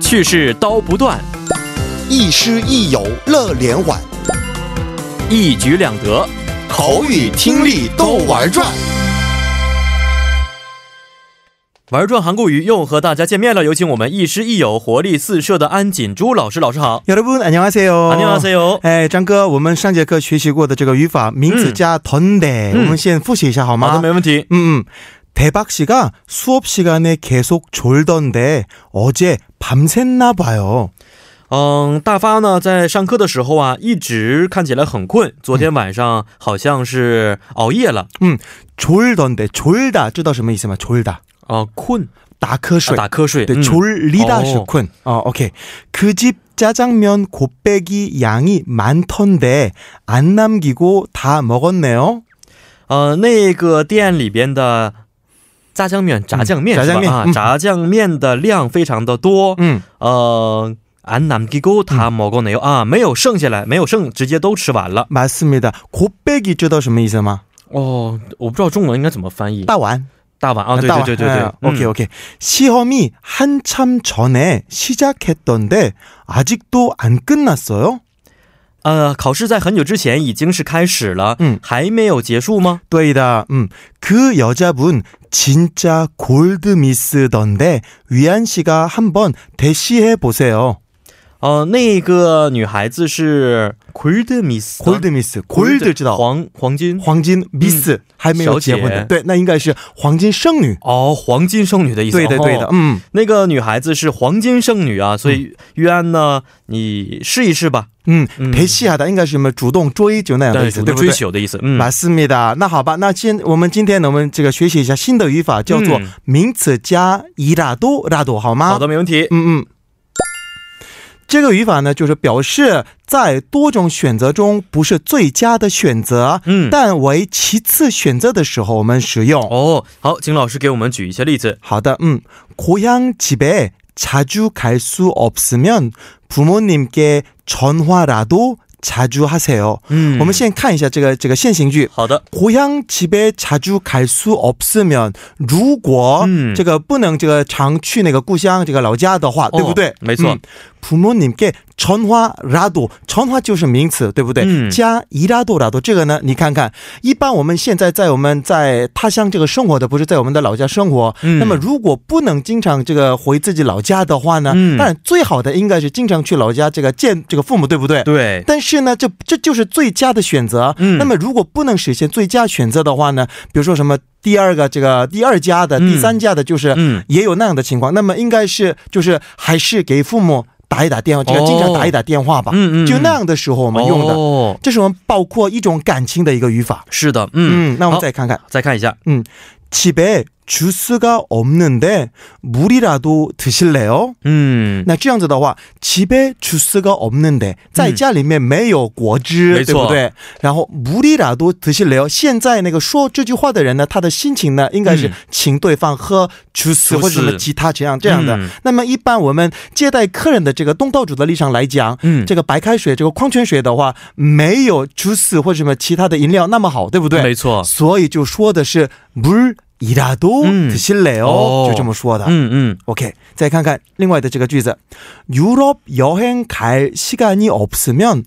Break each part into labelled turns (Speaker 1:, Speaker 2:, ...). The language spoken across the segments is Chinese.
Speaker 1: 去世刀不断，
Speaker 2: 亦师亦友乐连环，
Speaker 1: 一举两得。
Speaker 2: 口语听力都玩转。
Speaker 1: 玩转韩国语又和大家见面了，有请我们亦师亦友、活力四射的安锦珠老师。老师好，啊
Speaker 3: 여러분 안녕하세요. 예,
Speaker 1: 안녕하세요.
Speaker 3: 哦哎，张哥，我们上节课学习过的这个语法，名词加 던데，、我们先复习一下好吗？
Speaker 1: 好的，没问题。
Speaker 3: 음, 음. 대박 씨가 수업 시간에 계속 졸던데 어제 밤샜나 봐요.
Speaker 1: 嗯，大发呢在上课的时候啊，一直看起来很困，昨天晚上好像是熬夜了。
Speaker 3: 음, 졸던데 졸다 知道什么意思吗? 졸다.
Speaker 1: 啊，困，啊
Speaker 3: 打瞌睡.
Speaker 1: 打瞌睡。
Speaker 3: 네,
Speaker 1: 嗯
Speaker 3: 졸리다
Speaker 1: 어.
Speaker 3: 시쿤. 어, 오케이. 그 집 짜장면 곱빼기 양이 많던데 안 남기고 다 먹었네요.
Speaker 1: 呃，那个店里边的炸酱面、炸酱面、
Speaker 3: 炸酱面
Speaker 1: 是吧啊，
Speaker 3: 嗯
Speaker 1: 炸酱面的量非常的多。
Speaker 3: 음.
Speaker 1: 呃，안남기고다먹었네요啊，没有剩下来，没有剩，直接都吃完了。
Speaker 3: 맞습니다. 곱빼기 쯔더 什么意思吗?
Speaker 1: 哦，我不知道中文应该怎么翻译。
Speaker 3: 따완. 예,
Speaker 1: 大
Speaker 3: 아,
Speaker 1: 碗啊，
Speaker 3: 네,
Speaker 1: 对对对对对，
Speaker 3: 오케이
Speaker 1: 嗯
Speaker 3: 오케이. 시험이 한참 전에 시작했던데 아직도 안 끝났어요?
Speaker 1: 呃，考试在很久之前已经是开始了，
Speaker 3: 嗯
Speaker 1: 还没有结束吗？
Speaker 3: 또이다. 음. 그 여자분 진짜 골드미스던데 위안 씨가 한번 대시해 보세요.
Speaker 1: 呃，那个女孩子是 Gold Miss，
Speaker 3: 어? 골드미스. 골드 음. 知道
Speaker 1: 黄黄金
Speaker 3: 黄金 miss 还没有结婚
Speaker 1: 小
Speaker 3: 的
Speaker 1: 姐
Speaker 3: 对那应该是黄金剩女
Speaker 1: 哦，黄金圣女的意思。
Speaker 3: 对的对的
Speaker 1: 哦
Speaker 3: 嗯
Speaker 1: 那个女孩子是黄金圣女啊，所以玉安呢，你试一试吧，
Speaker 3: 嗯
Speaker 1: 嗯
Speaker 3: 陪戏啊的应该是什么主动追求那样的意思
Speaker 1: 主
Speaker 3: 对
Speaker 1: 动
Speaker 3: 不对
Speaker 1: 追求的意思。嗯，
Speaker 3: 맞습니다. 啊那好吧，那今我们今天呢，我们这个学习一下新的语法，叫做
Speaker 1: 嗯
Speaker 3: 名词加이라도라도，好吗？
Speaker 1: 好的，，没问题。
Speaker 3: 嗯嗯。这个语法呢，就是表示在多种选择中不是最佳的选择，
Speaker 1: 嗯
Speaker 3: 但为其次选择的时候我们使用。
Speaker 1: 哦，好，请老师给我们举一些例子。
Speaker 3: 好的, 음. 고향 집에 자주 갈 수 없으면 부모님께 전화라도 자주 하세요.
Speaker 1: 嗯我们现
Speaker 3: 我们先看一下这个这个现行句。
Speaker 1: 好的，
Speaker 3: 고향 집에 자주 갈 수 없으면 如果
Speaker 1: 음.
Speaker 3: 这个不能这个常去那个故乡这个老家的话
Speaker 1: 어,
Speaker 3: 对不对
Speaker 1: 哦
Speaker 3: 嗯
Speaker 1: 没错。
Speaker 3: 부모님께 전화라도 전화 就是名词对不对
Speaker 1: 嗯。
Speaker 3: 加一拉多拉多这个呢你看看一般我们现在在我们在他乡这个生活的不是在我们的老家生活
Speaker 1: 嗯
Speaker 3: 那么如果不能经常这个回自己老家的话呢
Speaker 1: 嗯
Speaker 3: 当然最好的应该是经常去老家这个见这个父母对不对
Speaker 1: 对，
Speaker 3: 但是呢，这这就是最佳的选择。啊
Speaker 1: 嗯
Speaker 3: 那么如果不能实现最佳选择的话呢，比如说什么第二个这个第二家的、
Speaker 1: 嗯
Speaker 3: 第三家的，就是、
Speaker 1: 嗯
Speaker 3: 也有那样的情况。那么应该是就是还是给父母打一打电话，这个
Speaker 1: 哦
Speaker 3: 经常打一打电话吧。
Speaker 1: 嗯嗯嗯
Speaker 3: 就那样的时候我
Speaker 1: 我
Speaker 3: 们用的，
Speaker 1: 哦，
Speaker 3: 这是我们包括一种感情的一个语法。
Speaker 1: 是的，嗯，
Speaker 3: 嗯，那我们
Speaker 1: 好
Speaker 3: 再看看，嗯
Speaker 1: 再看一下。
Speaker 3: 집에주스가없는데물이라도드실래요？
Speaker 1: 嗯，
Speaker 3: 那这样子的话，집에주스가없는데，在家里面没有果汁，
Speaker 1: 嗯没错
Speaker 3: 对不对？然后무리라도드실래요。现在那个说这句话的人呢，他的心情呢，应该是
Speaker 1: 嗯
Speaker 3: 请对方喝주스
Speaker 1: 주스
Speaker 3: 或者什么其他这样这样的、
Speaker 1: 嗯
Speaker 3: 那么一般我们接待客人的这个东道主的立场来讲，
Speaker 1: 嗯
Speaker 3: 这个白开水、这个矿泉水的话，没有주스或者什么其他的饮料那么好，对不对？
Speaker 1: 没错。
Speaker 3: 所以就说的是물이라도
Speaker 1: 嗯
Speaker 3: 드실래요，
Speaker 1: 哦
Speaker 3: 就这么说的。
Speaker 1: 嗯嗯，
Speaker 3: 오케이. 再看看另外的这个句子 유럽 여행 갈 시간이 없으면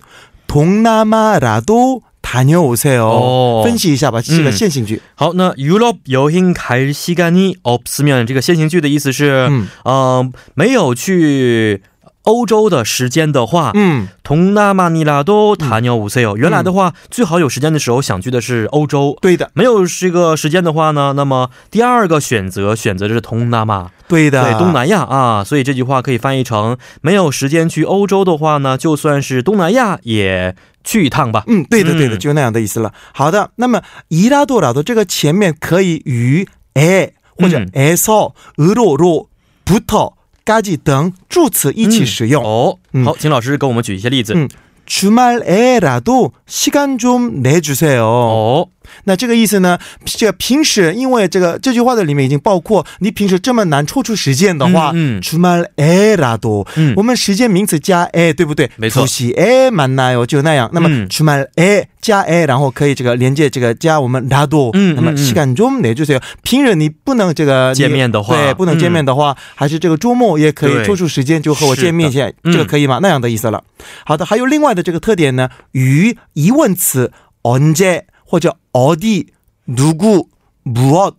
Speaker 3: 동남아라도 다녀오세요.
Speaker 1: 어.
Speaker 3: 分析一下吧这个
Speaker 1: 嗯
Speaker 3: 现行句
Speaker 1: 好，那 Europe 여행 갈 시간이 없으면 这个先行句的意思是，嗯
Speaker 3: 嗯、
Speaker 1: 没有去欧洲的时间的话，
Speaker 3: 嗯
Speaker 1: 同那马尼拉都塔鸟五 C 哦。原来的话，最好有时间的时候想去的是欧洲。
Speaker 3: 对的
Speaker 1: 没有这个时间的话呢，那么第二个选择选择的是同那马，
Speaker 3: 对的
Speaker 1: 对东南亚啊，所以这句话可以翻译成：没有时间去欧洲的话呢，就算是东南亚也去一趟吧。
Speaker 3: 嗯对的对的
Speaker 1: 嗯
Speaker 3: 就那样的意思了好的那么이라도라도这个前面可以与에或者
Speaker 1: 嗯
Speaker 3: 에서으로로부터까지等助词一起使用
Speaker 1: 哦，
Speaker 3: 嗯
Speaker 1: 好，请老师给我们举一些例子。
Speaker 3: 嗯 주말에라도시간좀내주세요
Speaker 1: 哦，
Speaker 3: 那这个意思呢？这个平时因为这个这句话的里面已经包括你平时这么难抽出时间的话，
Speaker 1: 嗯嗯
Speaker 3: 出门哎啦多，
Speaker 1: 嗯
Speaker 3: 我们时间名词加哎，对不对？
Speaker 1: 没错
Speaker 3: 复习哎蛮难哦，就那样。那么
Speaker 1: 嗯
Speaker 3: 出门哎，加 a，然后可以这个连接这个加我们拉多，
Speaker 1: 嗯
Speaker 3: 那么
Speaker 1: 嗯嗯
Speaker 3: 시간좀내주세요。平日你不能这个
Speaker 1: 见面的话嗯
Speaker 3: 对，不能见面的话，还是这个周末也可以
Speaker 1: 对
Speaker 3: 抽出时间就和我见面一下，
Speaker 1: 嗯
Speaker 3: 这个可以吗？那样的意思了。好的，还有另外的这个特点呢，与疑问词언제或者어디누구무엇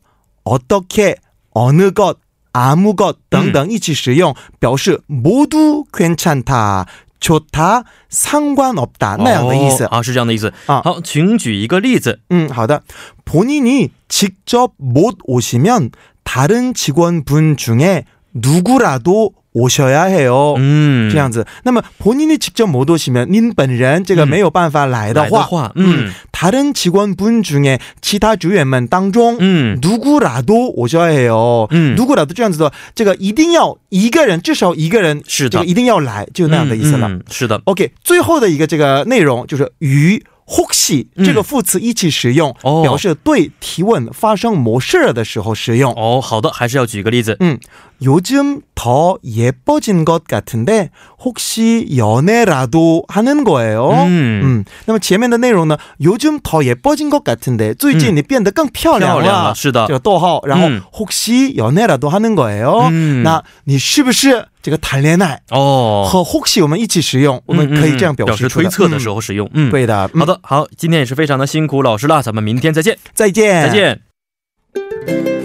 Speaker 3: 어떻게어느것아무것等等一起使用，表示모두괜찮다좋다상관없다那样的意思。
Speaker 1: 哦啊，是这样的意思
Speaker 3: 啊
Speaker 1: 好，请举一个例子。
Speaker 3: 음, 好的. 본인이 직접 못 오시면 다른 직원분 중에 누구라도 오셔야 해요.
Speaker 1: 嗯，
Speaker 3: 这样子.那么 본인이 직접 못 오시면
Speaker 1: 嗯。来的
Speaker 3: 您本人这个没有办法来的话,
Speaker 1: 话，嗯
Speaker 3: 다른 직원분 중에 其他职员们当中
Speaker 1: 嗯
Speaker 3: 누구라도 오셔야 해요.
Speaker 1: 嗯
Speaker 3: 누구라도 这样子的，这个一定要一个人，至少一个人，
Speaker 1: 是的。
Speaker 3: 这个一定要来，就那样的意思了。
Speaker 1: 嗯嗯是的，
Speaker 3: OK，最后的一个这个内容就是与 hoxi
Speaker 1: 嗯
Speaker 3: 这个副词一起使用，
Speaker 1: 哦
Speaker 3: 表示对提问发生模式的时候使用。
Speaker 1: 哦，好的，还是要举一个例子。
Speaker 3: 음. 요즘 더 예뻐진 것 같은데 혹시 연애라도 하는 거예요? 음.
Speaker 1: 嗯，
Speaker 3: 嗯，那么前面的内容呢？요즘더 예뻐진 것 같은데，最近你变得更漂亮
Speaker 1: 漂
Speaker 3: 了，
Speaker 1: 亮了，是的
Speaker 3: 这，个逗号，然后
Speaker 1: 嗯
Speaker 3: 혹시연애라도하는거예요？
Speaker 1: 嗯
Speaker 3: 那你是不是这个谈恋爱？
Speaker 1: 哦，
Speaker 3: 和 혹시 我们一起使用，我们
Speaker 1: 嗯嗯
Speaker 3: 可以这样
Speaker 1: 嗯
Speaker 3: 表示出
Speaker 1: 推
Speaker 3: 的
Speaker 1: 测的
Speaker 3: 嗯
Speaker 1: 时候使用。嗯，。
Speaker 3: 对的，哎
Speaker 1: 好，的，好，今天也是非常的辛苦老师了，咱们明天再见，
Speaker 3: 再见，
Speaker 1: 再见。